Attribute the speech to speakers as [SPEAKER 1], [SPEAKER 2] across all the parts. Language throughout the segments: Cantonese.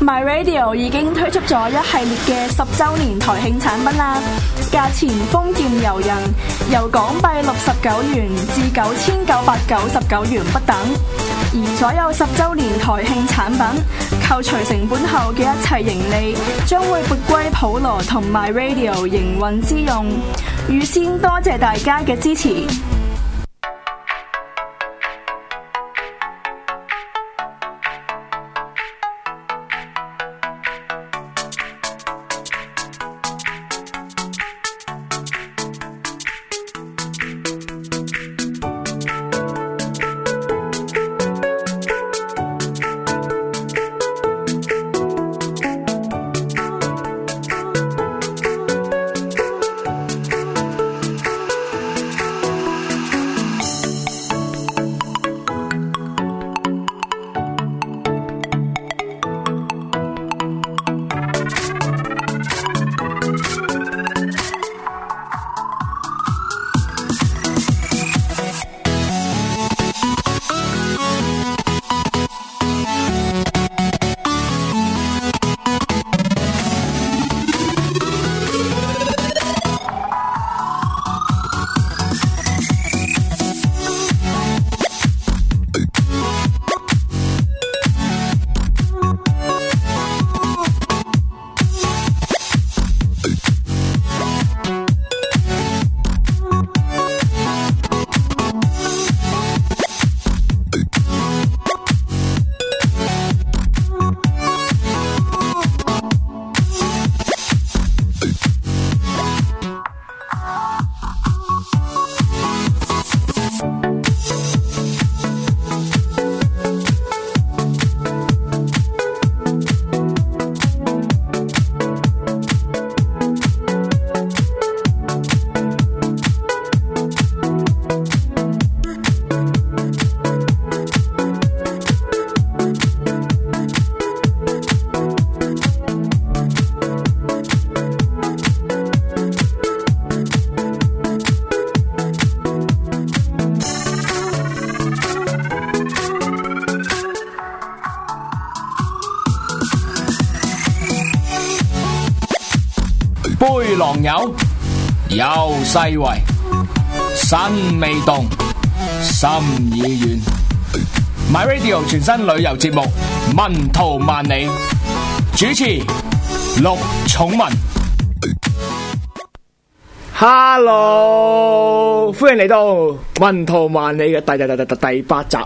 [SPEAKER 1] My Radio 已經推出咗一系列嘅十週年台慶產品啦，價錢豐儉由人，由港幣六十九元至九千九百九十九元不等。而所有十週年台慶產品扣除成本後嘅一切盈利，將會撥歸普羅同 My Radio 營運之用。預先多謝大家嘅支持。
[SPEAKER 2] 杯狼友，有世圍，身未動，心已遠。My Radio 全新旅遊節目《文圖萬里》，主持陸寵文。
[SPEAKER 3] Hello，歡迎嚟到《文圖萬里》嘅第第第第第第八集，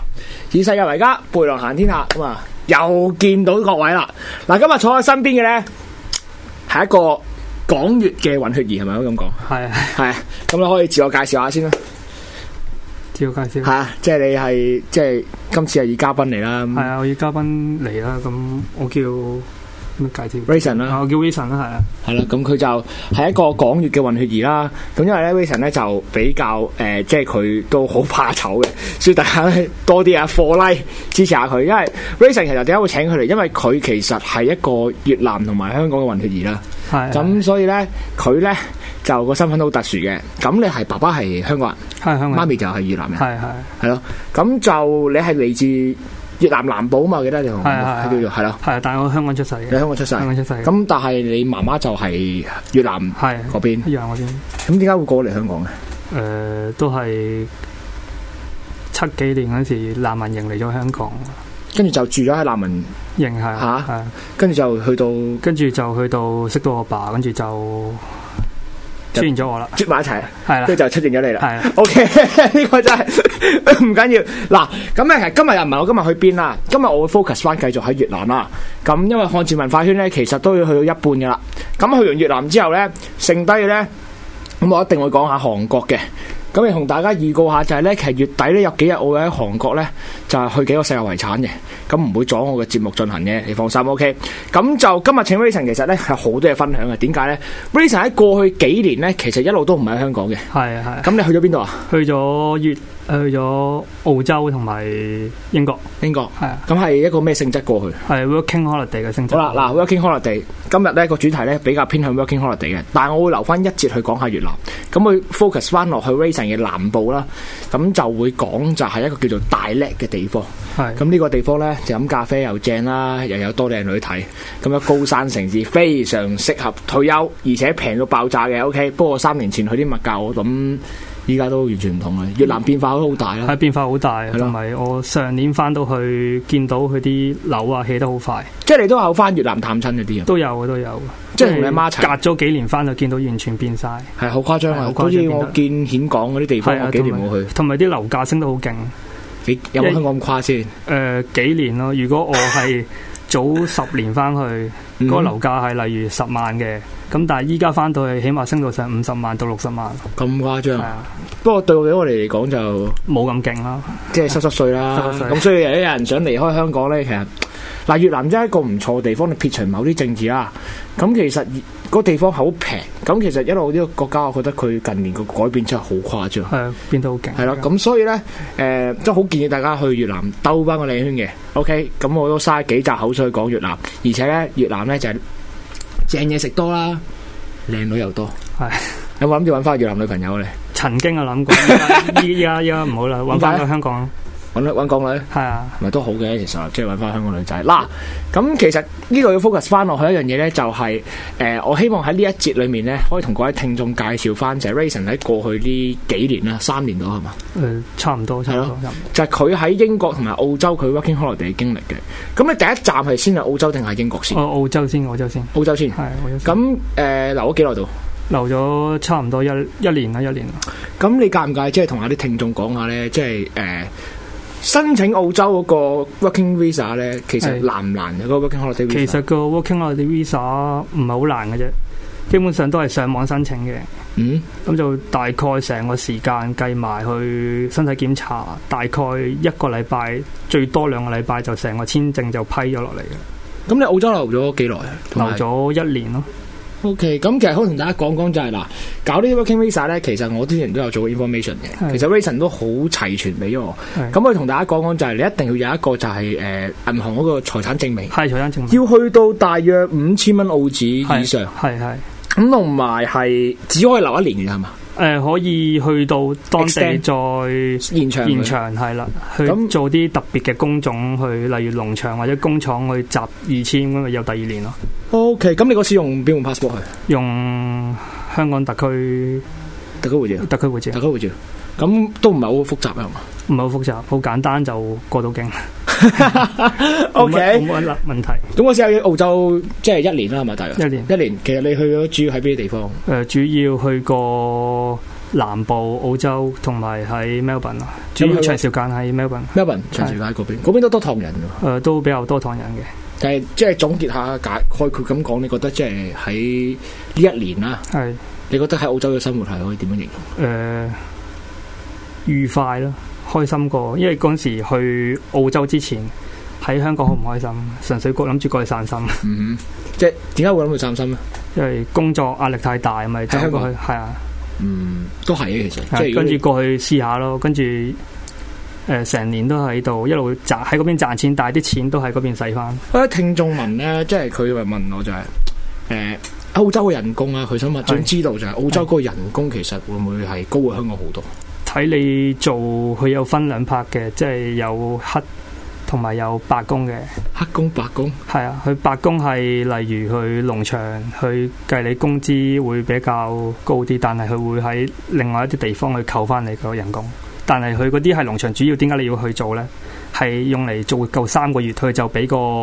[SPEAKER 3] 以世界為家，背囊行天下咁啊！又見到各位啦。嗱，今日坐喺身邊嘅咧係一個港粵嘅混血兒，係咪可以咁講？
[SPEAKER 4] 係啊，
[SPEAKER 3] 係啊，咁你可以自我介紹下先啦。
[SPEAKER 4] 照介紹。
[SPEAKER 3] 係啊，即係你係即係今次係以嘉賓嚟啦。
[SPEAKER 4] 係
[SPEAKER 3] 咁
[SPEAKER 4] 啊，我要嘉賓嚟啦，咁我叫咩介紹
[SPEAKER 3] Rayson 啦，
[SPEAKER 4] 啊，我叫 Wilson 啦，係啊，
[SPEAKER 3] 係啦，咁佢就係一個港粵嘅混血兒啦。咁因為咧，Wilson 咧就比較誒、呃即係佢都好怕醜嘅， 所以大家咧多啲啊貨拉支持下佢。因為 Wilson 其實點解會請佢嚟？因為佢其實係一個越南同埋香港嘅混血兒啦。
[SPEAKER 4] 係啊。
[SPEAKER 3] 咁所以咧，佢咧就個身份都好特殊嘅。咁你係爸爸係香港
[SPEAKER 4] 係香
[SPEAKER 3] 人，媽
[SPEAKER 4] 港人。
[SPEAKER 3] 咪就係越南人，
[SPEAKER 4] 係啊係
[SPEAKER 3] 係咯。咁就你係嚟自越南南部啊嘛？我記得你同我講
[SPEAKER 4] 係
[SPEAKER 3] 係
[SPEAKER 4] 係
[SPEAKER 3] 叫做係咯，
[SPEAKER 4] 係，但係我香港出世
[SPEAKER 3] 你
[SPEAKER 4] 嘅，
[SPEAKER 3] 香港出世。
[SPEAKER 4] 香港出世嘅。
[SPEAKER 3] 咁但係你媽媽就係越南
[SPEAKER 4] 係啊
[SPEAKER 3] 嗰邊。
[SPEAKER 4] 一樣我先。
[SPEAKER 3] 咁點解會過嚟香港嘅？
[SPEAKER 4] 誒，都係七幾年嗰時難民營嚟咗香港，
[SPEAKER 3] 跟住就住咗喺南文，
[SPEAKER 4] 營係
[SPEAKER 3] 嚇
[SPEAKER 4] 係啊，
[SPEAKER 3] 跟住就去到
[SPEAKER 4] 跟住就去到識到我爸，跟住就出現咗我啦，
[SPEAKER 3] 接埋一齊，
[SPEAKER 4] 係啦
[SPEAKER 3] 跟住，就出現咗你啦。
[SPEAKER 4] 係啦，
[SPEAKER 3] O K，呢 個真係唔緊要。嗱，咁咧今日又唔係我今日去邊啦，今日我會 focus 翻繼續喺越南啦。咁因為漢字文化圈咧，其實都要去到一半嘅啦。咁去完越南之後咧，剩低嘅咧，咁我一定會講下韓國嘅。咁亦同大家預告下就係咧，其實月底咧有幾日我會喺韓國咧，就係去幾個世界遺產嘅，咁唔會阻我嘅節目進行嘅，你放心，OK。咁就今日請 Rayson 其實咧係好多嘢分享嘅，點解咧？Rayson 喺過去幾年咧，其實一路都唔喺香港嘅。
[SPEAKER 4] 係啊係啊。
[SPEAKER 3] 咁你去咗邊度啊？
[SPEAKER 4] 去咗越去咗澳洲同埋英國，
[SPEAKER 3] 英國
[SPEAKER 4] 係啊，
[SPEAKER 3] 咁係一個咩性質過去？
[SPEAKER 4] 係 working holiday 嘅性質。
[SPEAKER 3] 好啦，嗱，working holiday，今日呢個主題呢比較偏向 working holiday 嘅，但係我會留翻一節去講下越南，咁佢 focus 翻落去 Rayson 嘅南部啦，咁就會講就係一個叫做大叻嘅地方。
[SPEAKER 4] 係
[SPEAKER 3] 咁呢個地方呢，就飲咖啡又正啦，又有多靚女睇，咁有高山城市，非常適合退休，而且平到爆炸嘅。OK，不過三年前去啲物價，我諗依家都完全唔同啦。越南變化都好大啦
[SPEAKER 4] 係，變化好大，啊
[SPEAKER 3] 咯
[SPEAKER 4] 同埋我上年翻到去見到佢啲樓啊起得好快，
[SPEAKER 3] 即係你都有翻越南探親嗰啲啊，
[SPEAKER 4] 都有嘅都有。
[SPEAKER 3] 即係同你阿媽一齊
[SPEAKER 4] 隔咗幾年翻就見到完全變晒。
[SPEAKER 3] 係好誇張
[SPEAKER 4] 係好
[SPEAKER 3] 啊！
[SPEAKER 4] 誇張
[SPEAKER 3] 好似我見顯港嗰啲地方，
[SPEAKER 4] 係啊，
[SPEAKER 3] 我幾
[SPEAKER 4] 同
[SPEAKER 3] 年冇
[SPEAKER 4] 埋
[SPEAKER 3] 去，
[SPEAKER 4] 同埋啲樓價升得好勁。
[SPEAKER 3] 你有冇香港咁誇先？
[SPEAKER 4] 誒、幾年咯？如果我係早十年翻去，嗰、個
[SPEAKER 3] 嗯
[SPEAKER 4] 樓價係例如十萬嘅，咁但係依家翻到去，起碼升到上五十萬到六十萬，
[SPEAKER 3] 嗯咁誇
[SPEAKER 4] 係
[SPEAKER 3] 張，
[SPEAKER 4] 啊，
[SPEAKER 3] 不過對我哋嚟講就〜
[SPEAKER 4] 冇咁勁啦。
[SPEAKER 3] 即係濕濕碎啦。
[SPEAKER 4] 濕濕碎
[SPEAKER 3] 咁所以有啲人想離開香港呢，其實嗱越南真係一個唔錯嘅地方。你撇除某啲政治啦，咁其實個地方好平。咁其實一路呢個國家，我覺得佢近年個改變真係好誇張。
[SPEAKER 4] 係啊變得好勁。
[SPEAKER 3] 係啦，咁所以呢，誒都好建議大家去越南兜翻個靚圈嘅。OK，咁我都嘥幾集口水講越南，而且呢，越南呢就係正嘢食多啦，靚女又多。
[SPEAKER 4] 係
[SPEAKER 3] 有冇諗住揾翻越南女朋友呢？
[SPEAKER 4] 曾經啊諗過，依家依家依家唔好啦，揾翻
[SPEAKER 3] 點解
[SPEAKER 4] 個香港
[SPEAKER 3] 揾揾港女？
[SPEAKER 4] 係啊，
[SPEAKER 3] 咪都好嘅，其實即係揾翻香港女仔嗱。咁其實呢度要 focus 翻落去一樣嘢呢，就係、呃我希望喺呢一節裏面呢，可以同各位聽眾介紹翻就係 Rayson 喺過去呢幾年啦，三年到係嘛，
[SPEAKER 4] 誒、差唔多差唔
[SPEAKER 3] 係咯
[SPEAKER 4] 多。差唔多
[SPEAKER 3] 就係佢喺英國同埋澳洲佢 working holiday 嘅經歷嘅。咁你第一站係先係澳洲定係英國先？
[SPEAKER 4] 哦我澳洲先，澳洲先，
[SPEAKER 3] 澳洲先。
[SPEAKER 4] 係澳洲先。
[SPEAKER 3] 咁誒、呃留咗幾耐度？
[SPEAKER 4] 留咗差唔多一一年啦，一年啦。
[SPEAKER 3] 咁你介唔介意即係同下啲聽眾講下呢？即係誒、呃申請澳洲嗰個 working visa 呢，其實
[SPEAKER 4] 係
[SPEAKER 3] 難唔難啊嘅嗰個 working holiday visa？
[SPEAKER 4] 其實個 working holiday visa 唔係好難嘅啫，基本上都係上網申請嘅。
[SPEAKER 3] 嗯。
[SPEAKER 4] 咁就大概成個時間計埋去身體檢查，大概一個禮拜最多兩個禮拜就成個簽證就批咗落嚟嘅，
[SPEAKER 3] 咁你澳洲留咗幾耐啊？同埋
[SPEAKER 4] 留咗一年咯。
[SPEAKER 3] O K，咁其實可以同大家講講就係、嗱，搞呢啲 working visa 咧，其實我之前都有做過 information 嘅，
[SPEAKER 4] 係
[SPEAKER 3] 其實 Rayson 都好齊全俾我。
[SPEAKER 4] 係
[SPEAKER 3] 咁我同大家講講就係、你一定要有一個就係、誒、銀行嗰個財產證明，
[SPEAKER 4] 係財產證明
[SPEAKER 3] 要去到大約五千蚊澳紙以上，
[SPEAKER 4] 係係
[SPEAKER 3] 咁同埋係只可以留一年嘅係嘛？
[SPEAKER 4] 誒可以去到當地
[SPEAKER 3] Extend
[SPEAKER 4] 再
[SPEAKER 3] 延長
[SPEAKER 4] 現
[SPEAKER 3] 佢
[SPEAKER 4] 場係啦，去
[SPEAKER 3] 咁
[SPEAKER 4] 做啲特別嘅工種去，例如農場或者工廠去集二千咁咪有第二年咯。
[SPEAKER 3] O K，咁你嗰次用邊本 passport 去？
[SPEAKER 4] 用香港特區
[SPEAKER 3] 特區護照，
[SPEAKER 4] 特區護照
[SPEAKER 3] 特區護照，咁都唔係好複雜 啊係嘛
[SPEAKER 4] 唔係好複雜，好簡單就過到境。
[SPEAKER 3] ？O
[SPEAKER 4] 冇乜
[SPEAKER 3] K，
[SPEAKER 4] 冇乜問題。
[SPEAKER 3] 咁嗰時喺澳洲即係一年啦，係咪大約
[SPEAKER 4] 一年
[SPEAKER 3] 一年，其實你去咗主要喺邊啲地方？
[SPEAKER 4] 誒、主要去過南部澳洲同埋喺 Melbourne 啊，主要長時間喺 Melbourne，
[SPEAKER 3] Melbourne 長住街嗰邊，嗰邊都多唐人喎。
[SPEAKER 4] 誒、都比較多唐人嘅，
[SPEAKER 3] 但係即係總結下解概括咁講，你覺得即係喺呢一年啦，
[SPEAKER 4] 係誒、
[SPEAKER 3] 你覺得喺澳洲嘅生活係可以點樣形容？
[SPEAKER 4] 呃愉快啦，開心過，因為嗰陣時去澳洲之前喺香港好唔開心，純粹過諗住過去散心，
[SPEAKER 3] 嗯，即係點解會諗到散心咧？
[SPEAKER 4] 因為工作壓力太大，咪走
[SPEAKER 3] 喺香
[SPEAKER 4] 過
[SPEAKER 3] 港
[SPEAKER 4] 去係啊，
[SPEAKER 3] 嗯，都係嘅，其實即係
[SPEAKER 4] 係
[SPEAKER 3] 如果
[SPEAKER 4] 跟
[SPEAKER 3] 你
[SPEAKER 4] 住過去試下咯，跟住。誒成、年都喺度，一路賺喺嗰邊賺錢，但係啲錢都喺嗰邊使翻。
[SPEAKER 3] 我有聽眾問咧，即係佢咪問我就係、誒、澳洲嘅人工啊，佢想問
[SPEAKER 4] 係
[SPEAKER 3] 想知道就係澳洲嗰個人工其實會唔會係高過香港好多？
[SPEAKER 4] 睇你做，佢有分兩 part 嘅，即係有黑同埋有白工嘅。
[SPEAKER 3] 黑工白工
[SPEAKER 4] 係啊，佢白工係例如去農場，佢計你工資會比較高啲，但係佢會喺另外一啲地方去扣翻你個人工。但係佢嗰啲係農場主要，點解你要去做呢？係用嚟做夠三個月，佢就俾個二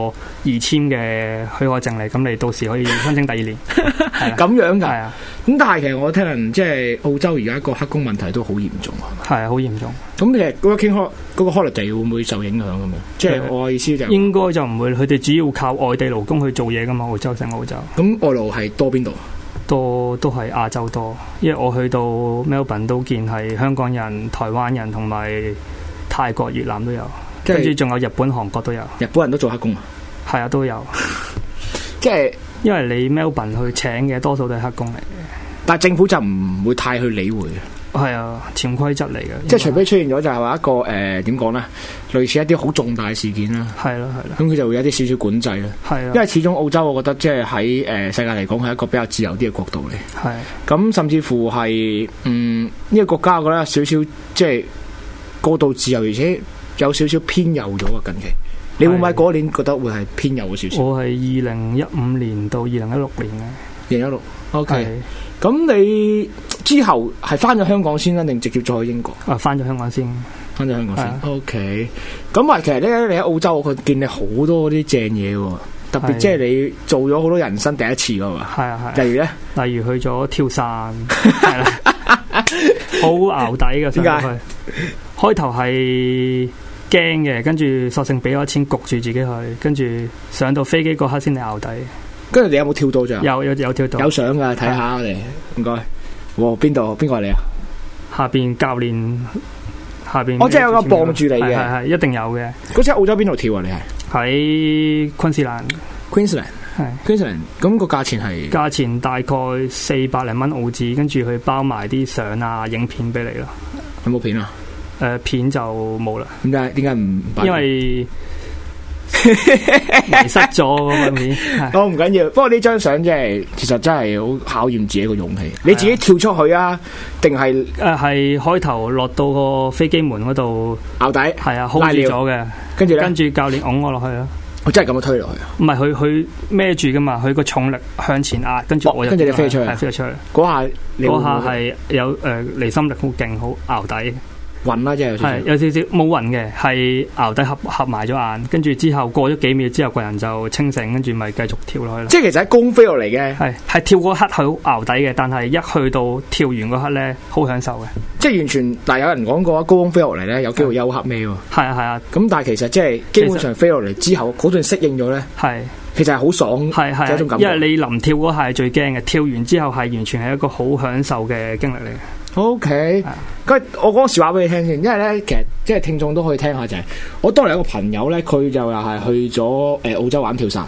[SPEAKER 4] 簽嘅許可證你，咁你到時可以申請第二年。係啊
[SPEAKER 3] 咁樣㗎，
[SPEAKER 4] 係
[SPEAKER 3] 咁
[SPEAKER 4] 啊，
[SPEAKER 3] 但係其實我聽人即係澳洲而家個黑工問題都好嚴重啊。
[SPEAKER 4] 係啊，好嚴重。
[SPEAKER 3] 咁其實 working hol 嗰個 holiday 會唔會受影響咁樣？即係我意思就係
[SPEAKER 4] 應該就唔會，佢哋主要靠外地勞工去做嘢噶嘛，澳洲成澳洲。
[SPEAKER 3] 咁外勞係多邊度？
[SPEAKER 4] 多都係亞洲多，因為我去到 Melbourne 都見係香港人、台灣人同埋泰國、越南都有，
[SPEAKER 3] 即
[SPEAKER 4] 跟住
[SPEAKER 3] 係
[SPEAKER 4] 仲有日本、韓國都有，
[SPEAKER 3] 日本人都做黑工啊！
[SPEAKER 4] 係啊都有。
[SPEAKER 3] 即係
[SPEAKER 4] 因為你 Melbourne 去請嘅多數都係黑工嚟，
[SPEAKER 3] 但係政府就唔會太去理會嘅。
[SPEAKER 4] 係啊，潛規則嚟嘅，
[SPEAKER 3] 即係除非出現咗就係話一個誒點講咧，類似一啲好重大嘅事件啦，
[SPEAKER 4] 係啦係啦
[SPEAKER 3] 咁佢就會有啲少少管制啦。
[SPEAKER 4] 係啊啦，
[SPEAKER 3] 因為始終澳洲，我覺得即係喺誒世界嚟講係一個比較自由啲嘅國度嚟。
[SPEAKER 4] 係
[SPEAKER 3] 咁甚至乎係嗯呢、個國家，我覺得有少少即係過度自由，而且有少少偏右咗啊！近期你會唔會
[SPEAKER 4] 係
[SPEAKER 3] 嗰年覺得會係偏右咗少少？
[SPEAKER 4] 我係二零一五年到二零一六年
[SPEAKER 3] 二零一六
[SPEAKER 4] 嘅，係
[SPEAKER 3] ，OK。咁你之後係翻咗香港先啦，定直接再去英國？
[SPEAKER 4] 啊翻咗香港先，
[SPEAKER 3] 翻咗香港
[SPEAKER 4] 係啊
[SPEAKER 3] 先。OK。咁啊，其實咧，你喺澳洲，我見你好多啲正嘢喎，特別
[SPEAKER 4] 係
[SPEAKER 3] 即係你做咗好多人生第一次㗎嘛。
[SPEAKER 4] 係啊係
[SPEAKER 3] 例如咧，
[SPEAKER 4] 啊，例如去咗 跳傘，係啦，好淆底嘅上到去，開頭係驚嘅，跟住索性俾咗錢焗住自己去，跟住上到飛機嗰刻先係淆底，
[SPEAKER 3] 跟住你有冇跳到咋？
[SPEAKER 4] 有有有跳到
[SPEAKER 3] 啊有相噶，睇下我哋，唔該。哇，邊度？邊個係你啊？
[SPEAKER 4] 下邊教練下邊，
[SPEAKER 3] 哦即係有個傍住你嘅
[SPEAKER 4] 係係係一定有嘅，
[SPEAKER 3] 嗰次喺澳洲邊度跳啊？你係
[SPEAKER 4] 喺昆士蘭
[SPEAKER 3] Queensland，Queensland，
[SPEAKER 4] 係。
[SPEAKER 3] 咁個價錢係
[SPEAKER 4] 價錢大概四百零蚊澳紙，跟住佢包埋啲相啊、影片俾你咯。
[SPEAKER 3] 有冇片啊？
[SPEAKER 4] 誒、片就冇啦，
[SPEAKER 3] 點解點解唔擺？
[SPEAKER 4] 因為迷失咗嗰個面。係
[SPEAKER 3] 哦唔緊要，不過呢張相真係其實真係好考驗自己個勇氣。你自己跳出去啊，定係
[SPEAKER 4] 誒係開頭落到個飛機門嗰度，
[SPEAKER 3] 咬底？
[SPEAKER 4] 係啊 hold
[SPEAKER 3] 拉
[SPEAKER 4] 住
[SPEAKER 3] 尿
[SPEAKER 4] 咗嘅，
[SPEAKER 3] 跟住咧
[SPEAKER 4] 跟，住教練拱我落去啦。
[SPEAKER 3] 我真係咁樣推落去啊！
[SPEAKER 4] 唔係佢佢孭住噶嘛，佢個重力向前壓，跟住
[SPEAKER 3] 哦
[SPEAKER 4] 我就
[SPEAKER 3] 跟住你飛出去
[SPEAKER 4] 係飛咗出去。
[SPEAKER 3] 嗰下你會唔
[SPEAKER 4] 嗰
[SPEAKER 3] 會
[SPEAKER 4] 下係有誒、離心力好勁，好淆底。
[SPEAKER 3] 暈啦，真係有少少。
[SPEAKER 4] 係有少少冇暈嘅，係熬底合合埋咗眼，跟住之後過咗幾秒之後，個人就清醒，跟住咪繼續跳落去啦。
[SPEAKER 3] 即係其實喺高飛落嚟嘅，
[SPEAKER 4] 係係跳嗰刻係好熬底嘅，但係一去到跳完嗰刻咧，好享受嘅。
[SPEAKER 3] 即係完全嗱，有人講過高空飛落嚟咧，有機會休克咩喎？
[SPEAKER 4] 係啊係啊
[SPEAKER 3] 咁但係其實即係基本上飛落嚟之後，嗰段適應咗咧，
[SPEAKER 4] 係
[SPEAKER 3] 其實係好爽，
[SPEAKER 4] 係
[SPEAKER 3] 有一種
[SPEAKER 4] 係
[SPEAKER 3] 感
[SPEAKER 4] 啊，
[SPEAKER 3] 覺
[SPEAKER 4] 因為你臨跳嗰下係最驚嘅，跳完之後係完全係一個好享受嘅經歷嚟嘅。
[SPEAKER 3] O K，
[SPEAKER 4] 啊
[SPEAKER 3] 咁我講個笑話俾你聽先，因為咧其實即係聽眾都可以聽下就係、我當年有個朋友咧，佢就又係去咗誒澳洲玩跳傘，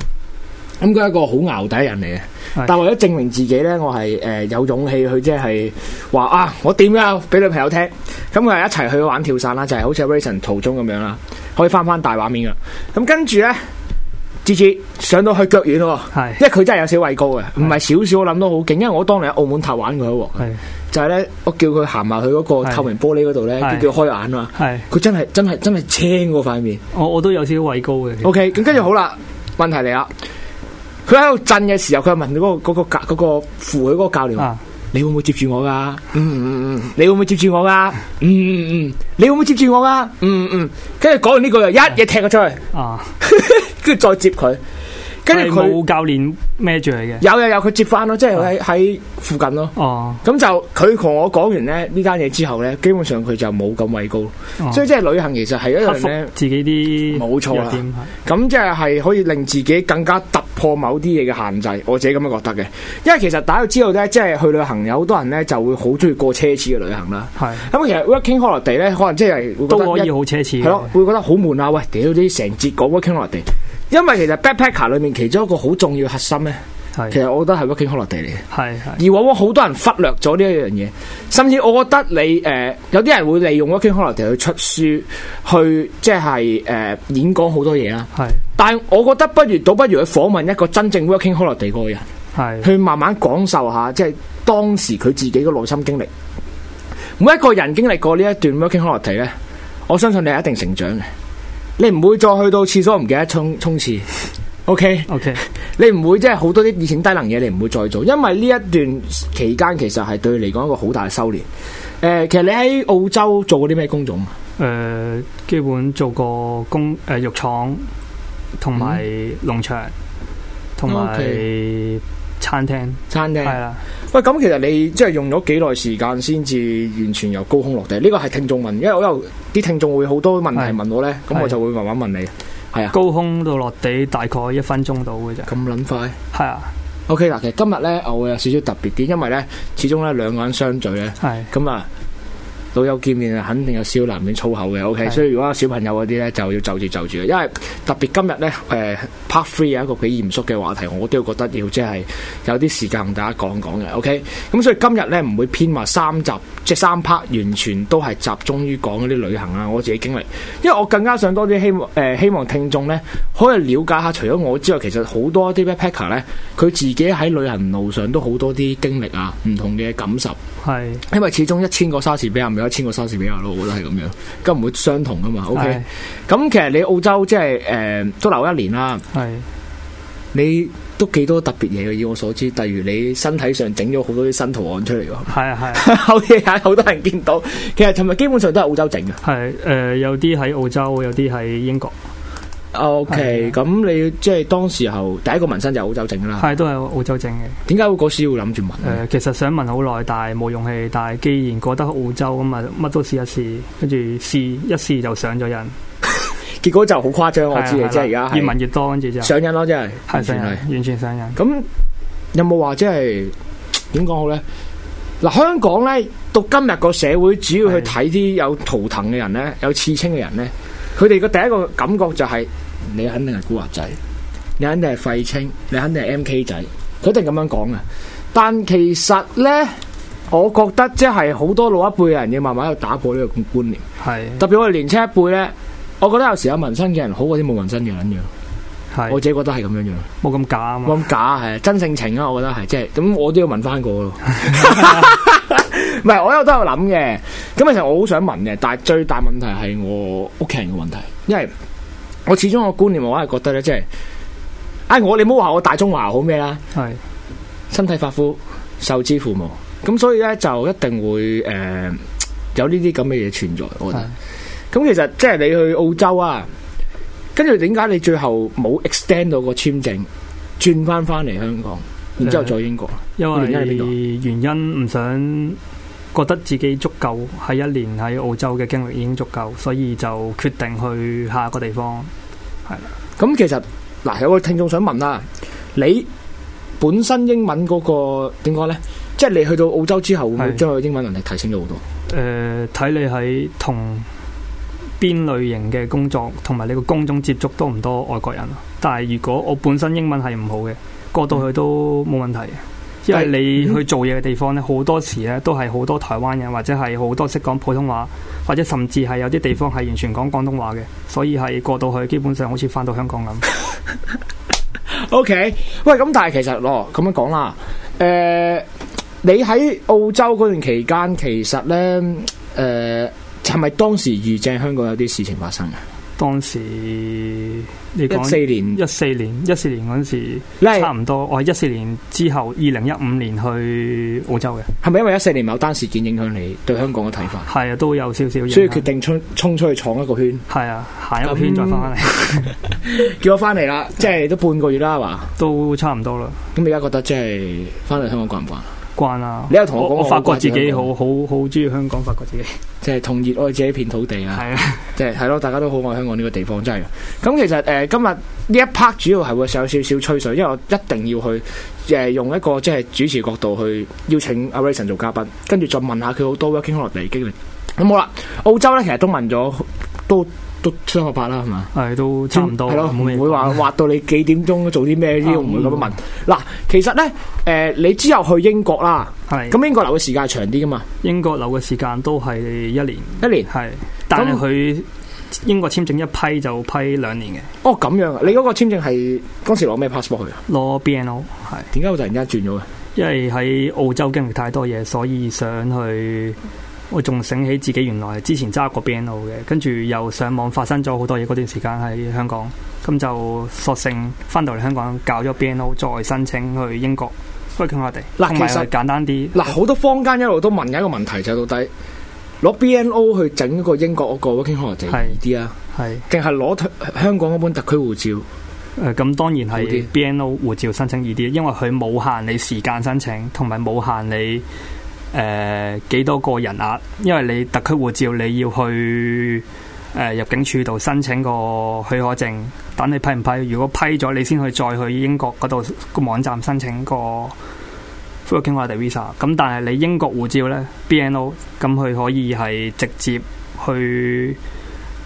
[SPEAKER 3] 咁佢係一個好淆底嘅人嚟嘅，但係為咗證明自己咧，我係誒、有勇氣去即係話啊，我點㗎，俾女朋友聽，咁佢係一齊去玩跳傘啦，就係、好似 Rayson 途中咁樣啦，可以翻翻大畫面㗎，咁跟住咧。志志上到去腳軟喎，
[SPEAKER 4] 係
[SPEAKER 3] 因為佢真係有少畏高嘅，唔係少少，我諗到好勁，因為我當年喺澳門塔玩佢一鑊。
[SPEAKER 4] 係
[SPEAKER 3] 就係咧，我叫佢行埋去嗰個
[SPEAKER 4] 係
[SPEAKER 3] 透明玻璃嗰度咧，
[SPEAKER 4] 係
[SPEAKER 3] 叫佢開眼啊！
[SPEAKER 4] 係，
[SPEAKER 3] 佢真係真係真係青嗰塊面。
[SPEAKER 4] 我我都有少少畏高嘅。其實
[SPEAKER 3] OK，咁跟住好啦，問題嚟啦。佢喺度震嘅時候，佢就問嗰、個嗰、個教嗰、個扶佢嗰個教練話：
[SPEAKER 4] 啊，
[SPEAKER 3] 你會唔會接住我噶？嗯嗯嗯，你會唔會接住我噶？嗯嗯嗯，你會唔會接住我噶？嗯嗯嗯，跟住講完呢句就一
[SPEAKER 4] 嗯
[SPEAKER 3] 嘢踢咗出去，
[SPEAKER 4] 啊，
[SPEAKER 3] 跟住再接佢，跟住
[SPEAKER 4] 係
[SPEAKER 3] 佢
[SPEAKER 4] 冇啊教練孭住你嘅。
[SPEAKER 3] 有有有佢接翻咯，即係喺喺附近咯。
[SPEAKER 4] 哦，
[SPEAKER 3] 咁就佢同我講完咧呢單嘢之後咧，基本上佢就冇咁畏高，
[SPEAKER 4] 哦
[SPEAKER 3] 所以即係旅行其實係一
[SPEAKER 4] 克
[SPEAKER 3] 樣
[SPEAKER 4] 服
[SPEAKER 3] 咧，
[SPEAKER 4] 自己啲
[SPEAKER 3] 冇錯啦
[SPEAKER 4] 弱點係
[SPEAKER 3] 咁即係係可以令自己更加突破某啲嘢嘅限制，我自己咁樣覺得嘅。因為其實大家都知道咧，即係去旅行有好多人咧就會好中意過奢侈嘅旅行啦。
[SPEAKER 4] 係。
[SPEAKER 3] 咁其實 working holiday 咧，可能即係會覺
[SPEAKER 4] 都
[SPEAKER 3] 得
[SPEAKER 4] 可
[SPEAKER 3] 一
[SPEAKER 4] 以好奢侈
[SPEAKER 3] 係咯
[SPEAKER 4] 嘅，，
[SPEAKER 3] 會覺得好悶啊！喂，屌啲成節講 working holiday，因為其實 backpacker 裏面其中一個好重要嘅核心咧，其
[SPEAKER 4] 係
[SPEAKER 3] 實我覺得係 working holiday 嚟嘅。
[SPEAKER 4] 係係
[SPEAKER 3] 而往往好多人忽略咗呢一樣嘢，甚至我覺得你誒、呃有啲人會利用 working holiday 去出書，去即係誒呃演講好多嘢啦。
[SPEAKER 4] 係
[SPEAKER 3] 但係我覺得不如倒不如去訪問一個真正 working holiday 嗰個人，
[SPEAKER 4] 係
[SPEAKER 3] 去慢慢講授下即係當時佢自己嘅內心經歷。每一個人經歷過呢一段 working holiday 咧，我相信你係一定成長嘅。你唔會再去到廁所唔記得沖沖廁，OK？
[SPEAKER 4] ，OK
[SPEAKER 3] 你唔會即係好多啲以前低能嘢，你唔會再做，因為呢一段期間其實係對你嚟講一個好大嘅修煉。誒、其實你喺澳洲做過啲咩工種？啊
[SPEAKER 4] 誒，基本做過工誒肉廠同埋農場同埋
[SPEAKER 3] 嗯哦 OK
[SPEAKER 4] 餐廳，
[SPEAKER 3] 餐廳
[SPEAKER 4] 係啊啦，
[SPEAKER 3] 喂，咁其實你即係用咗幾耐時間先至完全由高空落地？呢個係聽眾問，因為我有啲聽眾會好多問題
[SPEAKER 4] 係
[SPEAKER 3] 問我咧，咁
[SPEAKER 4] 係
[SPEAKER 3] 我就會慢慢問你。係啊，
[SPEAKER 4] 高空到落地大概一分鐘到嘅啫，
[SPEAKER 3] 咁撚快
[SPEAKER 4] 係啊，
[SPEAKER 3] ？OK 嗱，其實今日咧我會有少少特別啲，因為咧始終咧兩個人相聚咧，
[SPEAKER 4] 係
[SPEAKER 3] 咁啊老友見面啊，肯定有少難免粗口嘅。OK，
[SPEAKER 4] 係
[SPEAKER 3] 所以如果小朋友嗰啲咧，就要就住就住啦，因為特別今日咧，誒、Part Three 有一個幾嚴肅嘅話題，我都覺得要即係有啲時間同大家講講嘅。OK，咁所以今日咧唔會編話三集，即係三 part 完全都係集中於講嗰啲旅行啊，我自己經歷，因為我更加想多啲希望誒、希望聽眾咧可以了解下，除咗我之外，其實好多啲 backpacker 咧，佢自己喺旅行路上都好多啲經歷啊，唔同嘅感受。
[SPEAKER 4] 係
[SPEAKER 3] 因為始終一千個莎士比亞唔有一千個莎士比亞咯，我覺得係咁樣，咁唔會相同噶啊嘛。OK，
[SPEAKER 4] 係
[SPEAKER 3] 咁其實你澳洲即係誒都留一年啦，
[SPEAKER 4] 係
[SPEAKER 3] 你都幾多特別嘢嘅，以我所知，例如你身體上整咗好多啲新圖案出嚟 喎，
[SPEAKER 4] 係啊係啊。
[SPEAKER 3] 好嘢好多人見到。其實尋日基本上都係澳洲整嘅。
[SPEAKER 4] 係誒、有啲喺澳洲，有啲喺英國，
[SPEAKER 3] OK，
[SPEAKER 4] 係
[SPEAKER 3] 咁你即係當時候第一個紋身就係澳洲整㗎啦。
[SPEAKER 4] 係都係澳洲證嘅。誒、
[SPEAKER 3] 點解會嗰時要諗住紋呢？
[SPEAKER 4] 其實想問好耐，但係冇勇氣。但係既然覺得澳洲咁啊，乜都試一試，跟住試一試就上咗癮。
[SPEAKER 3] 結果就好誇張，哦我
[SPEAKER 4] 係啊
[SPEAKER 3] 知
[SPEAKER 4] 係
[SPEAKER 3] 你
[SPEAKER 4] 啊
[SPEAKER 3] 即係而家
[SPEAKER 4] 越問
[SPEAKER 3] 係
[SPEAKER 4] 越多，跟住就
[SPEAKER 3] 上癮咯，真係
[SPEAKER 4] 係
[SPEAKER 3] 完
[SPEAKER 4] 上
[SPEAKER 3] 全
[SPEAKER 4] 癮
[SPEAKER 3] 係。，
[SPEAKER 4] 完全上癮。
[SPEAKER 3] 咁有冇話即係點講好咧？嗱，香港咧到今日個社會，主要去睇啲有圖騰嘅人咧，有刺青嘅人咧，佢哋個第一個感覺就係、你肯定係古惑仔，你肯定係廢青，你肯定係 M K 仔，佢一定咁樣講嘅。但其實咧，我覺得即係好多老一輩嘅人要慢慢去打破呢個咁觀念，
[SPEAKER 4] 係
[SPEAKER 3] 特別我哋年青一輩咧，我覺得有時有紋身嘅人好過啲冇紋身嘅人一樣，我
[SPEAKER 4] 係
[SPEAKER 3] 自己覺得係咁樣樣。
[SPEAKER 4] 冇咁假啊嘛。
[SPEAKER 3] 冇咁假係真性情啊！我覺得係即係咁，我都要問翻個 咯。唔係，我有都有諗嘅。咁其實我好想問嘅，但係最大問題係我屋企人嘅問題，因為我始終個觀念我係覺得咧，即係，唉，我你唔好話我大中華好咩啦，
[SPEAKER 4] 係
[SPEAKER 3] 身體髮膚受之父母，咁所以咧就一定會誒、呃有呢啲咁嘅嘢存在，我覺得。咁其實即係你去澳洲啊，跟住點解你最後冇 extend 到個簽證，轉翻翻嚟香港，然之後再英國？
[SPEAKER 4] 因為
[SPEAKER 3] 原因係邊啊
[SPEAKER 4] 原因唔想覺得自己足夠喺一年喺澳洲嘅經歷已經足夠，所以就決定去下一個地方。
[SPEAKER 3] 咁其實嗱，有個聽眾想問啦，你本身英文嗰、個點講呢？即係你去到澳洲之後，會唔會
[SPEAKER 4] 係
[SPEAKER 3] 將佢英文能力提升咗好多？
[SPEAKER 4] 誒、呃睇你喺同邊類型嘅工作，同埋你個工種接觸多唔多外國人啊。但係如果我本身英文係唔好嘅，過到去都冇問題嘅，因為你去做嘢嘅地方咧，好多時咧都係好多台灣人，或者係好多識講普通話，或者甚至係有啲地方係完全講廣東話嘅，所以係過到去基本上好似翻到香港咁。
[SPEAKER 3] O K，喂，咁但係其實咯，咁樣講啦，誒、你喺澳洲嗰段期間，其實咧，誒、係咪當時預正香港有啲事情發生嘅？
[SPEAKER 4] 當時你
[SPEAKER 3] 一四
[SPEAKER 4] 講
[SPEAKER 3] 年，
[SPEAKER 4] 一四年，一四年嗰陣時
[SPEAKER 3] 你
[SPEAKER 4] 差
[SPEAKER 3] 係
[SPEAKER 4] 唔多，我係一四年之後，二零一五年去澳洲嘅。
[SPEAKER 3] 係咪因為一四年某單事件影響你對香港嘅睇法，
[SPEAKER 4] 係啊，都有少少影響。
[SPEAKER 3] 所以決定衝衝出去闖一個圈？
[SPEAKER 4] 係啊，行一個圈再翻返嚟，
[SPEAKER 3] 叫我翻嚟啦，即係都半個月啦，係嘛？
[SPEAKER 4] 都差唔多啦，
[SPEAKER 3] 咁你而家覺得即係翻嚟香港慣唔慣？
[SPEAKER 4] 慣啦。
[SPEAKER 3] 你有同我講
[SPEAKER 4] 我
[SPEAKER 3] 過
[SPEAKER 4] 發覺自己
[SPEAKER 3] 好
[SPEAKER 4] 好好好中意香港，發覺自己
[SPEAKER 3] 即係同熱愛自己片土地啊！
[SPEAKER 4] 係啊，
[SPEAKER 3] 即係係咯，大家都好愛香港呢個地方，真係嘅。咁其實誒、呃今日呢一 part 主要係會有少少吹水，因為我一定要去誒、呃用一個即係主持角度去邀請阿 Rayson 做嘉賓，跟住再問下佢好多 working holiday 經歷。咁好啦，澳洲咧其實都問咗都都雙個八啦，係嘛？
[SPEAKER 4] 係都差唔多。
[SPEAKER 3] 係咯，
[SPEAKER 4] 冇咩
[SPEAKER 3] 唔會話畫到你幾點鐘做啲咩呢？
[SPEAKER 4] 啊
[SPEAKER 3] 唔會咁樣問。嗱，其實咧誒、呃你之後去英國啦，
[SPEAKER 4] 係咁。
[SPEAKER 3] 咁英國留嘅時間係長啲噶嘛，
[SPEAKER 4] 英國留嘅時間都係一年，
[SPEAKER 3] 一年。
[SPEAKER 4] 係，但係佢英國簽證一批就批兩年嘅，
[SPEAKER 3] 哦，咁樣啊！你嗰個簽證係當時攞咩 passport 去啊？
[SPEAKER 4] 攞 BNO 係。
[SPEAKER 3] 點解會突然間轉咗嘅？
[SPEAKER 4] 因為喺澳洲經歷太多嘢，所以想去。我仲醒起自己原來之前揸過 BNO 嘅，跟住又上網發生咗好多嘢。嗰段時間喺香港，咁就索性翻到嚟香港搞咗 BNO，再申請去英國 working holiday，
[SPEAKER 3] 嗱
[SPEAKER 4] 同埋
[SPEAKER 3] 其實
[SPEAKER 4] 係簡單啲。
[SPEAKER 3] 嗱，好多坊間一路都問緊一個問題，就係到底攞 BNO 去整個英國嗰個 working holiday
[SPEAKER 4] 係
[SPEAKER 3] 易啲啊，
[SPEAKER 4] 係
[SPEAKER 3] 定係攞香港嗰本特區護照？
[SPEAKER 4] 誒，呃咁、當然
[SPEAKER 3] 好啲
[SPEAKER 4] 係 BNO 護照申請易啲，因為佢冇限你時間申請，同埋冇限你誒、呃、幾多個人額，因為你特區護照你要去誒、呃入境處度申請個許可證，等你批唔批。如果批咗，你先去再去英國嗰度個網站申請個 working holiday visa。咁但係你英國護照咧 BNO，咁佢可以係直接去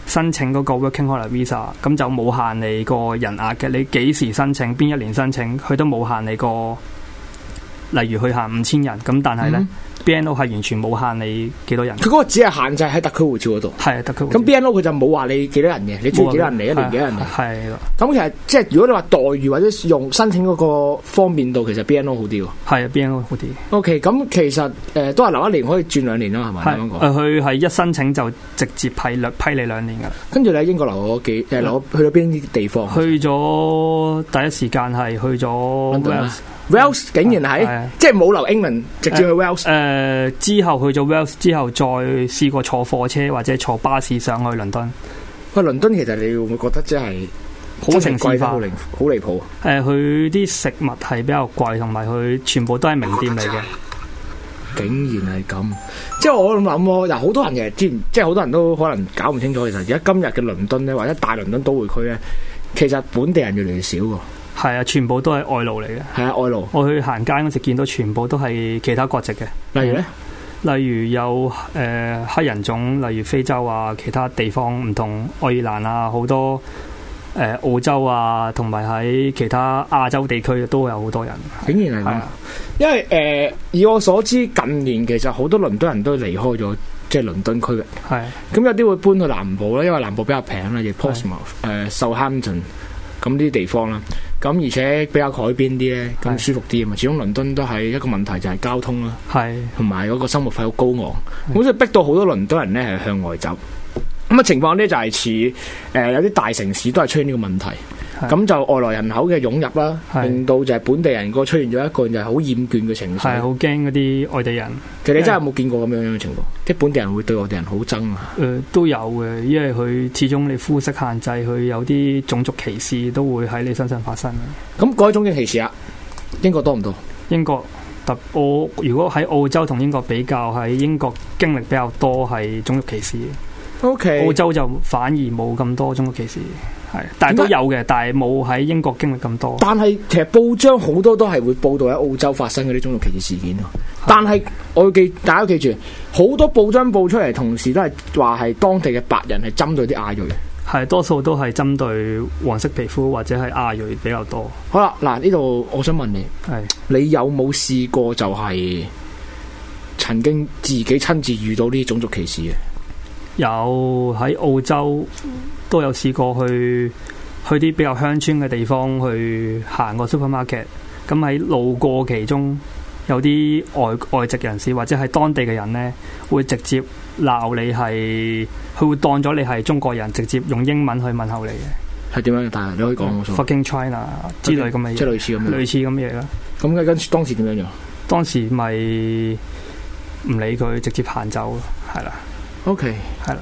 [SPEAKER 4] 申請嗰個 working holiday visa，咁就冇限你個人額嘅。你幾時申請，邊一年申請，佢都冇限你個。例如佢限五千人，咁但係咧、
[SPEAKER 3] 嗯
[SPEAKER 4] BNO 係完全冇限你幾多人，
[SPEAKER 3] 佢嗰個只係限制喺特區護照嗰度。
[SPEAKER 4] 係啊特區護照
[SPEAKER 3] 咁 BNO 佢就冇話你幾多人嘅，你中意幾多人嚟，一年幾多人嚟。
[SPEAKER 4] 係啊啦，
[SPEAKER 3] 咁其實即係如果你話待遇或者用申請嗰個方便度，其實 BNO 好啲喎。
[SPEAKER 4] 係啊 BNO 好啲。
[SPEAKER 3] OK，咁其實誒、呃都係留一年可以轉兩年啦，係咪？
[SPEAKER 4] 係啊
[SPEAKER 3] 啱啱講
[SPEAKER 4] 誒佢係一申請就直接批兩批你兩年㗎啦。
[SPEAKER 3] 跟住你喺英國留咗幾誒留去咗邊啲地方
[SPEAKER 4] 啊去咗第一時間係去咗
[SPEAKER 3] London 啊
[SPEAKER 4] Wales，
[SPEAKER 3] ？Wales 竟然
[SPEAKER 4] 係啊
[SPEAKER 3] 係即係冇留 England，直接去 Wales
[SPEAKER 4] 誒、。之後去咗 Wales 之後，再試過坐火車或者坐巴士上去倫敦。
[SPEAKER 3] 喂，倫敦其實你會唔會覺得真係
[SPEAKER 4] 好
[SPEAKER 3] 真係
[SPEAKER 4] 城
[SPEAKER 3] 貴
[SPEAKER 4] 市
[SPEAKER 3] 得
[SPEAKER 4] 化
[SPEAKER 3] 好，離好離譜啊？
[SPEAKER 4] 誒佢啲食物係比較貴，同埋佢全部都係名店嚟嘅，
[SPEAKER 3] 竟然係咁，即係我咁諗喎。嗱，好多人其實知唔，即係好多人都可能搞唔清楚。其實而家今日嘅倫敦咧，或者大倫敦都會區咧，其實本地人越嚟越少喎。
[SPEAKER 4] 係啊，全部都係外勞嚟嘅。
[SPEAKER 3] 係啊，外勞，
[SPEAKER 4] 我去行街嗰時見到全部都係其他國籍嘅，
[SPEAKER 3] 例如咧，
[SPEAKER 4] 例如有誒、呃黑人種，例如非洲啊，其他地方唔同愛爾蘭啊，好多誒、澳洲啊，同埋喺其他亞洲地區都有好多人。
[SPEAKER 3] 竟然係
[SPEAKER 4] 係
[SPEAKER 3] 咁
[SPEAKER 4] 啊。。
[SPEAKER 3] 因為誒、呃以我所知，近年其實好多倫敦人都離開咗即係倫敦區域。
[SPEAKER 4] 係
[SPEAKER 3] 咁有啲會搬去南部啦，因為南部比較平啦，亦 Portsmouth、誒 Southampton 咁呢啲地方啦。咁而且比較海邊啲咧，咁
[SPEAKER 4] 係
[SPEAKER 3] 舒服啲啊嘛。始終倫敦都係一個問題，就係交通啦，
[SPEAKER 4] 係
[SPEAKER 3] 同埋嗰個生活費好高昂，咁所以逼到好多倫敦人咧係向外走。咁嘅啊情況咧就係似誒有啲大城市都係出現呢個問題，
[SPEAKER 4] 係
[SPEAKER 3] 咁就外來人口嘅湧入啦，
[SPEAKER 4] 係
[SPEAKER 3] 令到就係本地人個出現咗一個就係好厭倦嘅情
[SPEAKER 4] 係好
[SPEAKER 3] 緒。
[SPEAKER 4] 驚嗰啲外地人，
[SPEAKER 3] 其實你真係有冇見過咁樣樣嘅情況，啲本地人會對外地人好憎啊！
[SPEAKER 4] 誒、呃都有嘅，因為佢始終你膚色限制，佢有啲種族歧視都會喺你身上發生嘅。
[SPEAKER 3] 咁嗰種嘅歧視啊，英國多唔多？
[SPEAKER 4] 英國特澳，如果喺澳洲同英國比較，喺英國經歷比較多係種族歧視嘅
[SPEAKER 3] O K，
[SPEAKER 4] 澳洲就反而冇咁多種族歧視，係，但係
[SPEAKER 3] 點
[SPEAKER 4] 都
[SPEAKER 3] 解
[SPEAKER 4] 有嘅，但係冇喺英國經歷咁多。
[SPEAKER 3] 但係其實報章好多都係會報道喺澳洲發生嗰啲種族歧視事件
[SPEAKER 4] 啊
[SPEAKER 3] 咯。但係我要記，大家要記住，好多報章報出嚟，同時都係話係當地嘅白人係針對啲亞裔。
[SPEAKER 4] 係多數都係針對黃色皮膚或者係亞裔比較多。
[SPEAKER 3] 好啦，嗱呢度我想問你，
[SPEAKER 4] 係
[SPEAKER 3] 你有冇試過就係曾經自己親自遇到呢啲種族歧視嘅？
[SPEAKER 4] 有喺澳洲都有試過去去啲比較鄉村嘅地方去行個 supermarket，咁喺路過其中有啲外外籍人士或者係當地嘅人呢，會直接鬧你係，佢會當咗你係中國人，直接用英文去問候你嘅
[SPEAKER 3] 係點樣？但係你可以講我想，
[SPEAKER 4] 嗯，fucking China 之類咁嘅
[SPEAKER 3] 即係
[SPEAKER 4] 嘢，
[SPEAKER 3] 類似咁樣。
[SPEAKER 4] 類似咁嘅嘢啦。
[SPEAKER 3] 咁跟跟住當時點樣樣
[SPEAKER 4] 當時咪唔理佢，直接行走咯，係啦。
[SPEAKER 3] ？O K，
[SPEAKER 4] 係啦。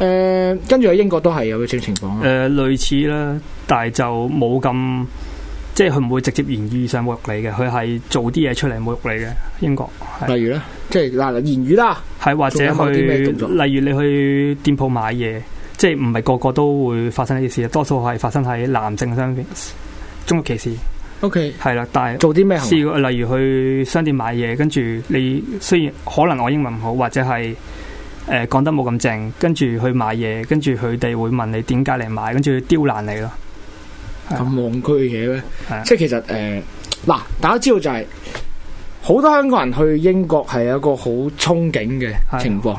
[SPEAKER 3] 誒，跟住喺英國都係有呢種情況啊
[SPEAKER 4] 誒、。類似啦，但係就冇咁，即係佢唔會直接言語上侮辱你嘅，佢係做啲嘢出嚟侮辱你嘅。英國係
[SPEAKER 3] 例如咧，即係嗱言語啦，
[SPEAKER 4] 係或
[SPEAKER 3] 仲有冇
[SPEAKER 4] 者
[SPEAKER 3] 啲咩
[SPEAKER 4] 去，
[SPEAKER 3] 動作
[SPEAKER 4] 例如你去店鋪買嘢，即係唔係個個都會發生呢啲事，多數係發生喺男性身邊，中國歧視
[SPEAKER 3] OK，
[SPEAKER 4] 係啦，但係。
[SPEAKER 3] 做啲咩行為？
[SPEAKER 4] 試過，例如去商店買嘢，跟住你雖然可能我英文唔好，或者係誒講得冇咁正，跟住去買嘢，跟住佢哋會問你點解嚟買，跟住刁難你咯。
[SPEAKER 3] 咁戇居嘅嘢咩
[SPEAKER 4] 係啊？
[SPEAKER 3] 即係其實誒，嗱、大家知道就係、好多香港人去英國係有一個好憧憬嘅情況，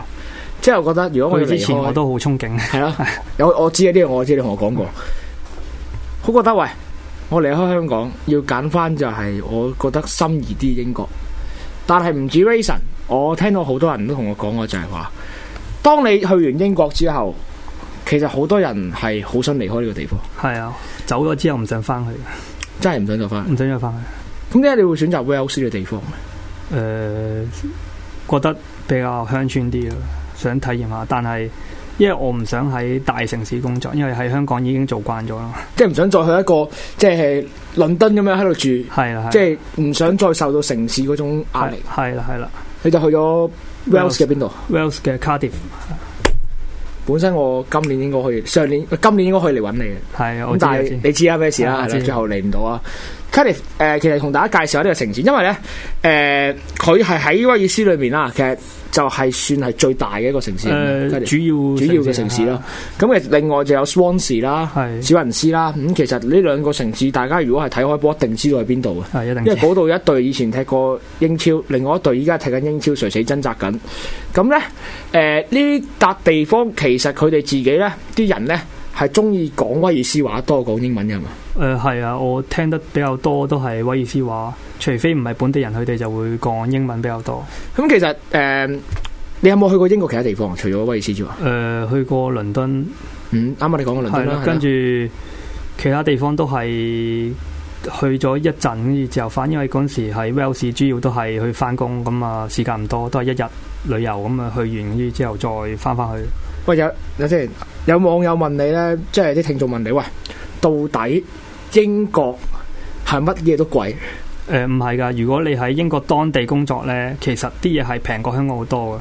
[SPEAKER 3] 即係我覺得如哦果我
[SPEAKER 4] 去
[SPEAKER 3] 要
[SPEAKER 4] 之
[SPEAKER 3] 離
[SPEAKER 4] 前我
[SPEAKER 3] 開，
[SPEAKER 4] 都好憧憬，
[SPEAKER 3] 係啦， 有我知啊，呢個我知，你同我講過，好覺得喂，我離開香港要揀翻就係我覺得心儀啲英國，但係唔止 Rason，我聽到好多人都同我講過就係話，當你去完英國之後，其實好多人係好想離開呢個地方，
[SPEAKER 4] 係啊，走咗之後唔想翻去，
[SPEAKER 3] 真係唔想再翻。
[SPEAKER 4] 唔想再翻去。
[SPEAKER 3] 咁點解你會選擇 Wales 嘅地方？
[SPEAKER 4] 誒、覺得比較鄉村啲咯，想體驗下，但係因為我唔想喺大城市工作，因為喺香港已經做慣咗啦，
[SPEAKER 3] 即係唔想再去一個即係倫敦咁樣喺度住，
[SPEAKER 4] 係啦，
[SPEAKER 3] 即係唔想再受到城市嗰種壓力
[SPEAKER 4] 係，係啦係啦
[SPEAKER 3] 你就去咗 Wales 嘅邊度？
[SPEAKER 4] ，Wales 嘅 Cardiff
[SPEAKER 3] 本身我今年應該去，上年今年應該可以嚟揾你嘅，
[SPEAKER 4] 係
[SPEAKER 3] 咁
[SPEAKER 4] 我知
[SPEAKER 3] 但
[SPEAKER 4] 我
[SPEAKER 3] 係
[SPEAKER 4] 知，啊
[SPEAKER 3] 你知啦咩事啦，
[SPEAKER 4] 我
[SPEAKER 3] 係
[SPEAKER 4] 知
[SPEAKER 3] 啦，最後嚟唔到啊。 Cardiff 誒，其實同大家介紹下呢個城市，因為咧誒，佢係喺威爾斯裏面啊啦，其實就係算係最大嘅一個城市。
[SPEAKER 4] 誒
[SPEAKER 3] Cardiff
[SPEAKER 4] 呃主
[SPEAKER 3] 啊主
[SPEAKER 4] 要啊
[SPEAKER 3] 要嘅城市啦，咁嘅另外就有 Swansea 啦、
[SPEAKER 4] 係
[SPEAKER 3] 史雲斯啦，咁其實呢兩個城市，大家如果係睇開波，一定知道喺邊度嘅。
[SPEAKER 4] 係一定
[SPEAKER 3] 因為
[SPEAKER 4] 知。
[SPEAKER 3] 嗰度有一隊以前踢過英超，另外一隊依家踢緊英超，垂死掙扎緊。咁呢，誒呢笪地方其實佢哋自己呢啲人呢，係中意講威爾斯話多過講英文嘅係嘛。
[SPEAKER 4] 誒係啊，我聽得比較多都係威爾斯話，除非唔係本地人，佢哋就會講英文比較多。
[SPEAKER 3] 咁其實誒、你有冇去過英國其他地方？除咗威爾斯之外，
[SPEAKER 4] 誒、呃去過倫敦，
[SPEAKER 3] 嗯，啱啱你講過倫
[SPEAKER 4] 係
[SPEAKER 3] 敦
[SPEAKER 4] 啦
[SPEAKER 3] 啦，，
[SPEAKER 4] 跟住其他地方都係去咗一陣，跟住之後翻，因為嗰陣時喺 Wales 主要都係去翻工，咁啊時間唔多，都係一日旅遊咁啊去完，跟住之後再翻翻去。
[SPEAKER 3] 喂有有啲人有網友問你咧，即係啲聽眾問你喂，到底英國係乜嘢都貴？
[SPEAKER 4] 誒呃唔係㗎，如果你喺英國當地工作呢，其實啲嘢係平過香港好多嘅。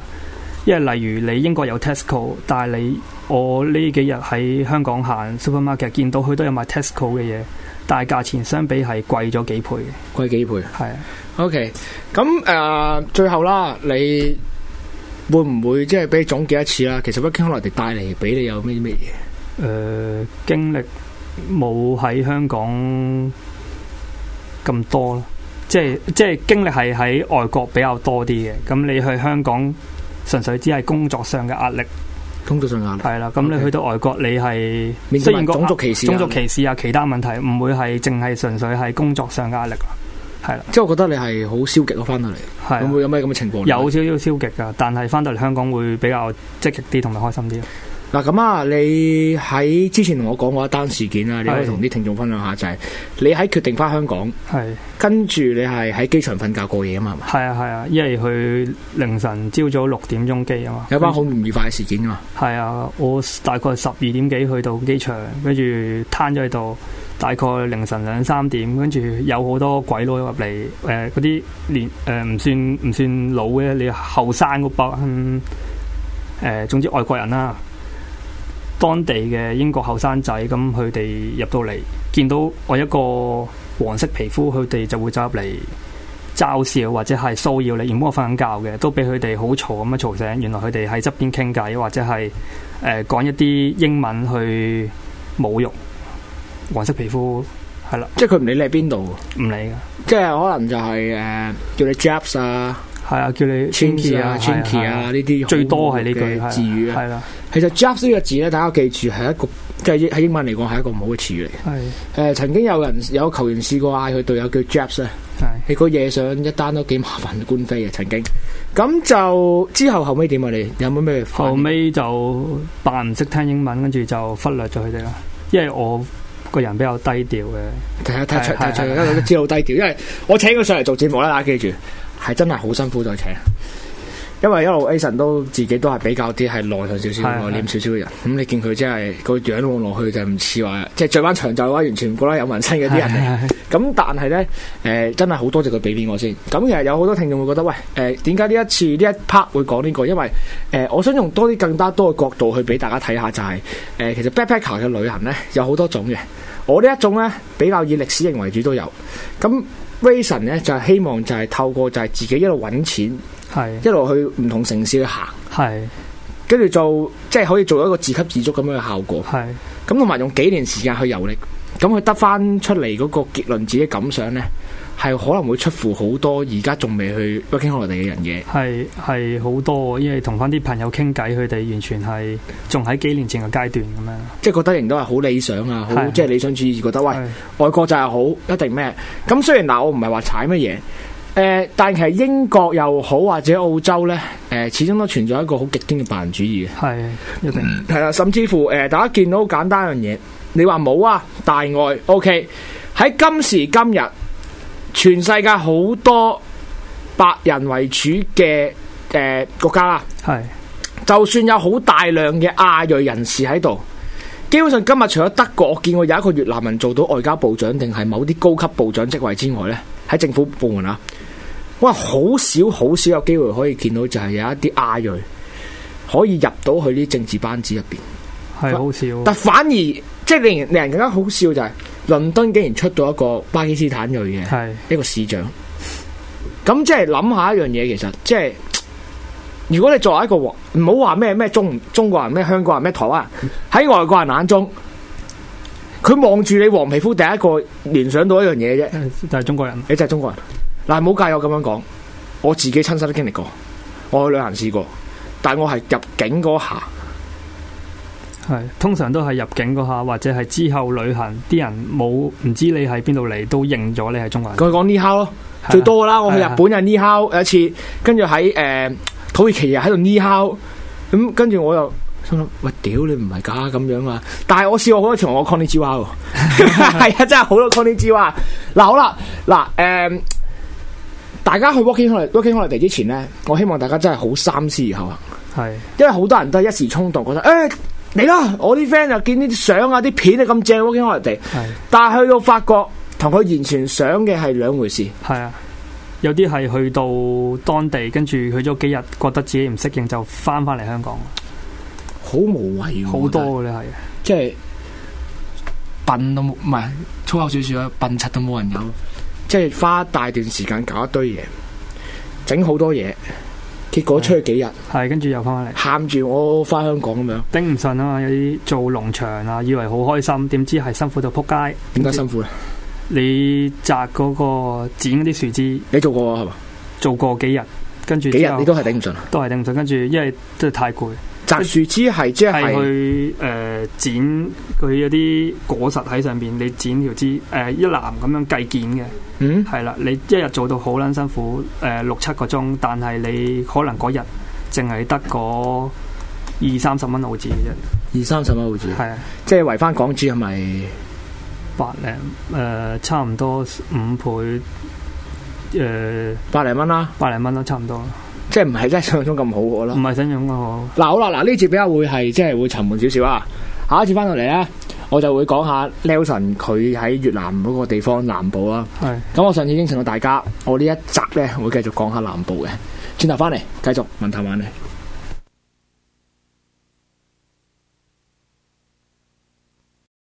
[SPEAKER 4] 因為例如你英國有 Tesco，但係你我呢幾日喺香港行 supermarket 見到佢都有賣 Tesco 嘅嘢，但係價錢相比係貴咗幾倍嘅，
[SPEAKER 3] 貴幾倍
[SPEAKER 4] 係啊。
[SPEAKER 3] ？OK，咁誒、呃最後啦，你會唔會即係俾你總結一次啦？其實 Working Holiday 帶嚟俾你有咩咩嘢？
[SPEAKER 4] 誒、呃經歷冇喺香港咁多啦，即係即係經歷係喺外國比較多啲嘅。咁你去香港純粹只係工作上嘅壓力，
[SPEAKER 3] 工作上壓力，
[SPEAKER 4] 係啦。咁
[SPEAKER 3] OK
[SPEAKER 4] 你去到外國，你係
[SPEAKER 3] 面對
[SPEAKER 4] 雖然
[SPEAKER 3] 埋
[SPEAKER 4] 個
[SPEAKER 3] 種族歧視啊，
[SPEAKER 4] 種族歧視啊，其他問題唔會係淨係純粹係工作上嘅壓力啦，係啦，
[SPEAKER 3] 即係我覺得你係好消極咯，翻到嚟會唔
[SPEAKER 4] 係啊
[SPEAKER 3] 會有咩咁嘅情況？
[SPEAKER 4] 有少少消極噶，但係翻到嚟香港會比較積極啲同埋開心啲。
[SPEAKER 3] 嗱咁啊，你喺之前同我講過一單事件啊啦，你可以
[SPEAKER 4] 係
[SPEAKER 3] 同啲聽眾分享下，就係、你喺決定翻香港，
[SPEAKER 4] 係
[SPEAKER 3] 跟住你係喺機場瞓覺過夜啊嘛，係嘛？
[SPEAKER 4] 係啊係啊，因為佢凌晨朝早六點鐘機啊嘛，
[SPEAKER 3] 有班好唔愉快嘅事件啊嘛，
[SPEAKER 4] 係啊，我大概十二點幾去到機場，跟住攤咗喺度，大概凌晨兩三點，跟住有好多鬼佬入嚟，誒嗰啲年誒唔算唔算老嘅，你後生嗰班誒，總之外國人啦，當地嘅英國後生仔，咁佢哋入到嚟，見到我一個黃色皮膚，佢哋就會走入嚟。嘲笑或者係騷擾你，原本我瞓緊覺嘅，都俾佢哋好嘈咁樣嘈醒。原來佢哋喺側邊傾偈，或者係誒、呃、講一啲英文去侮辱黃色皮膚，係啦，
[SPEAKER 3] 即係佢唔理你喺邊度，
[SPEAKER 4] 唔理嘅。
[SPEAKER 3] 即係可能就係、誒、叫你 Japs 啊、
[SPEAKER 4] 係啊，叫你
[SPEAKER 3] Chinky 啊、
[SPEAKER 4] 係
[SPEAKER 3] Chinky
[SPEAKER 4] 係
[SPEAKER 3] 啊呢啲好
[SPEAKER 4] 最多係呢句
[SPEAKER 3] 嘅
[SPEAKER 4] 係啊
[SPEAKER 3] 字語啊。
[SPEAKER 4] 係啦，
[SPEAKER 3] 其實 Japs 呢個字咧，大家記住係一個即係喺英文嚟講係一個唔好嘅詞語嚟。誒、啊
[SPEAKER 4] 係
[SPEAKER 3] 曾經有人有球員試過嗌佢隊友叫 Japs 咧。
[SPEAKER 4] 係
[SPEAKER 3] 你個夜上一單都幾麻煩官非啊，曾經。咁就之後後尾點啊？你有冇咩反
[SPEAKER 4] 後
[SPEAKER 3] 應？
[SPEAKER 4] 尾就扮唔識聽英文，跟住就忽略咗佢哋啦。因為我個人比較低調嘅，
[SPEAKER 3] 睇下睇下睇
[SPEAKER 4] 係係
[SPEAKER 3] 下，
[SPEAKER 4] 係
[SPEAKER 3] 大家都知道好低調，因為我請佢上嚟做節目啦，大家記住係真係好辛苦再請。因為一路 Ason 都自己都係比較啲係內向少少、
[SPEAKER 4] 係係
[SPEAKER 3] 內斂少少嘅人，咁你見佢真係個樣望落去就唔似話，即係着翻長袖嘅話，完全唔覺得有紋身嘅啲人嚟。咁但係咧，誒、真係好多謝佢俾面我先。咁其實有好多聽眾會覺得，喂，誒點解呢一次呢一 part 會講呢、個？因為誒、呃我想用多啲更加多嘅角度去俾大家睇下、就係誒其實 backpacker 嘅旅行咧有好多種嘅。我呢一種咧比較以歷史型為主都有。咁 Rason 咧就係希望就係透過就係自己一路揾錢，
[SPEAKER 4] 係
[SPEAKER 3] 一路去唔同城市去行，
[SPEAKER 4] 係
[SPEAKER 3] 跟住做即係可以做一個自給自足咁樣嘅效果。
[SPEAKER 4] 係
[SPEAKER 3] 咁同埋用幾年時間去遊歷，咁佢得翻出嚟嗰個結論，自己感想呢，係可能會出乎好多而家仲未去 working holiday 嘅人嘅。
[SPEAKER 4] 係係好多，因為同翻啲朋友傾偈，佢哋完全係仲喺幾年前嘅階段咁樣。
[SPEAKER 3] 即係覺得人都係好理想啊，好
[SPEAKER 4] 係
[SPEAKER 3] 即係理想主義，覺得喂
[SPEAKER 4] 係
[SPEAKER 3] 外國就係好，一定咩？咁雖然嗱，我唔係話踩乜嘢。誒、但其實英國又好或者澳洲呢，誒、始終都存在一個好極端嘅白人主義嘅。
[SPEAKER 4] 係一定
[SPEAKER 3] 係啦，甚至乎誒、呃大家見到好簡單一樣嘢，你話冇啊，大愛 OK。喺今時今日，全世界好多白人為主嘅誒、呃、國家啦，
[SPEAKER 4] 係
[SPEAKER 3] 就算有好大量嘅亞裔人士喺度，基本上今日除咗德國，我見過有一個越南人做到外交部長定係某啲高級部長職位之外呢，喺政府部門啊，哇，好少好少有機會可以見到就係有一啲亞裔可以入到去呢啲政治班子入邊。
[SPEAKER 4] 係好少，
[SPEAKER 3] 但反而即係令人令人更加好笑就係、倫敦竟然出到一個巴基斯坦裔嘅
[SPEAKER 4] 係
[SPEAKER 3] 一個市長。咁即係諗下一樣嘢，其實即係如果你作為一個華唔好話咩咩中中國人咩香港人咩台灣人，喺外國人眼中，佢望住你黃皮膚，第一個聯想到一樣嘢啫，
[SPEAKER 4] 就係中國人。
[SPEAKER 3] 你就係中國人。嗱，唔好介意我咁樣講，我自己親身都經歷過，我去旅行試過，但我係入境嗰下。
[SPEAKER 4] 係通常都係入境嗰下，或者係之後旅行，啲人冇唔知你喺邊度嚟，都認咗你係中國人。
[SPEAKER 3] 佢講呢烤咯，
[SPEAKER 4] 係
[SPEAKER 3] 最多啦。我去
[SPEAKER 4] 係
[SPEAKER 3] 日
[SPEAKER 4] 啊
[SPEAKER 3] 本又呢烤有一次，跟住喺誒土耳其又喺度呢烤，咁跟住我又心諗：喂，屌你唔係㗎咁樣啊！但係我試過好多次同我 Conny 之蛙 喎，係啊，真係好多 Conny 之蛙。嗱好啦，嗱誒。大家去 working holiday, working holiday 之前咧，我希望大家真係好三思而後行。
[SPEAKER 4] 係
[SPEAKER 3] 因為好多人都係一時衝動，覺得誒嚟啦！我啲 friend 又見啲相啊、啲片啊咁正，working holiday，
[SPEAKER 4] 係
[SPEAKER 3] 但係去到法國同佢完全想嘅係兩回事。
[SPEAKER 4] 係啊！有啲係去到當地，跟住去咗幾日，覺得自己唔適應，就翻翻嚟香港。
[SPEAKER 3] 好無謂喎
[SPEAKER 4] 好多嘅咧係。
[SPEAKER 3] 即哦係
[SPEAKER 2] 笨都冇，唔係粗口少少啊，笨柒都冇人有。
[SPEAKER 3] 即係花大段時間搞一堆嘢，整好多嘢，結果出去幾日，
[SPEAKER 4] 係，跟住又翻返嚟，
[SPEAKER 3] 喊住我翻香港咁樣，
[SPEAKER 4] 頂唔順啊嘛！有啲做農場啊，以為好開心，點知係辛苦到撲街。
[SPEAKER 3] 點解辛苦咧？
[SPEAKER 4] 你摘嗰、個剪嗰啲樹枝，
[SPEAKER 3] 你做過係嘛？
[SPEAKER 4] 做過幾日，跟住
[SPEAKER 3] 幾
[SPEAKER 4] 之
[SPEAKER 3] 日
[SPEAKER 4] 後
[SPEAKER 3] 你都係頂唔順啊！
[SPEAKER 4] 都係頂唔順，跟住因為真係太攰，
[SPEAKER 3] 摘樹枝係即
[SPEAKER 4] 係
[SPEAKER 3] 係
[SPEAKER 4] 去誒、呃剪佢有啲果實喺上邊，你剪條枝誒、呃一籃咁樣計件嘅，
[SPEAKER 3] 嗯
[SPEAKER 4] 係啦，你一日做到好撚辛苦，誒、六七個鐘，但係你可能嗰日淨係得嗰二三十蚊澳紙嘅啫，
[SPEAKER 3] 二三十蚊好似，
[SPEAKER 4] 係啊。
[SPEAKER 3] 即係圍翻港紙係咪？
[SPEAKER 4] 百零誒、呃差唔多五倍誒、呃
[SPEAKER 3] 百零蚊啦，
[SPEAKER 4] 百零蚊咯，差唔多啦，
[SPEAKER 3] 即係唔係真係想像中咁好我啦
[SPEAKER 4] 唔。係想用嗰
[SPEAKER 3] 嗱好啦，嗱呢節比較會係即係會沉悶少少啊。下一次翻到嚟咧，我就會講下 Nelson 佢喺越南嗰個地方南部啊。
[SPEAKER 4] 個係
[SPEAKER 3] 咁我上次應承到大家，我呢一集呢會繼續講下南部嘅。轉頭翻嚟繼續問探玩咧。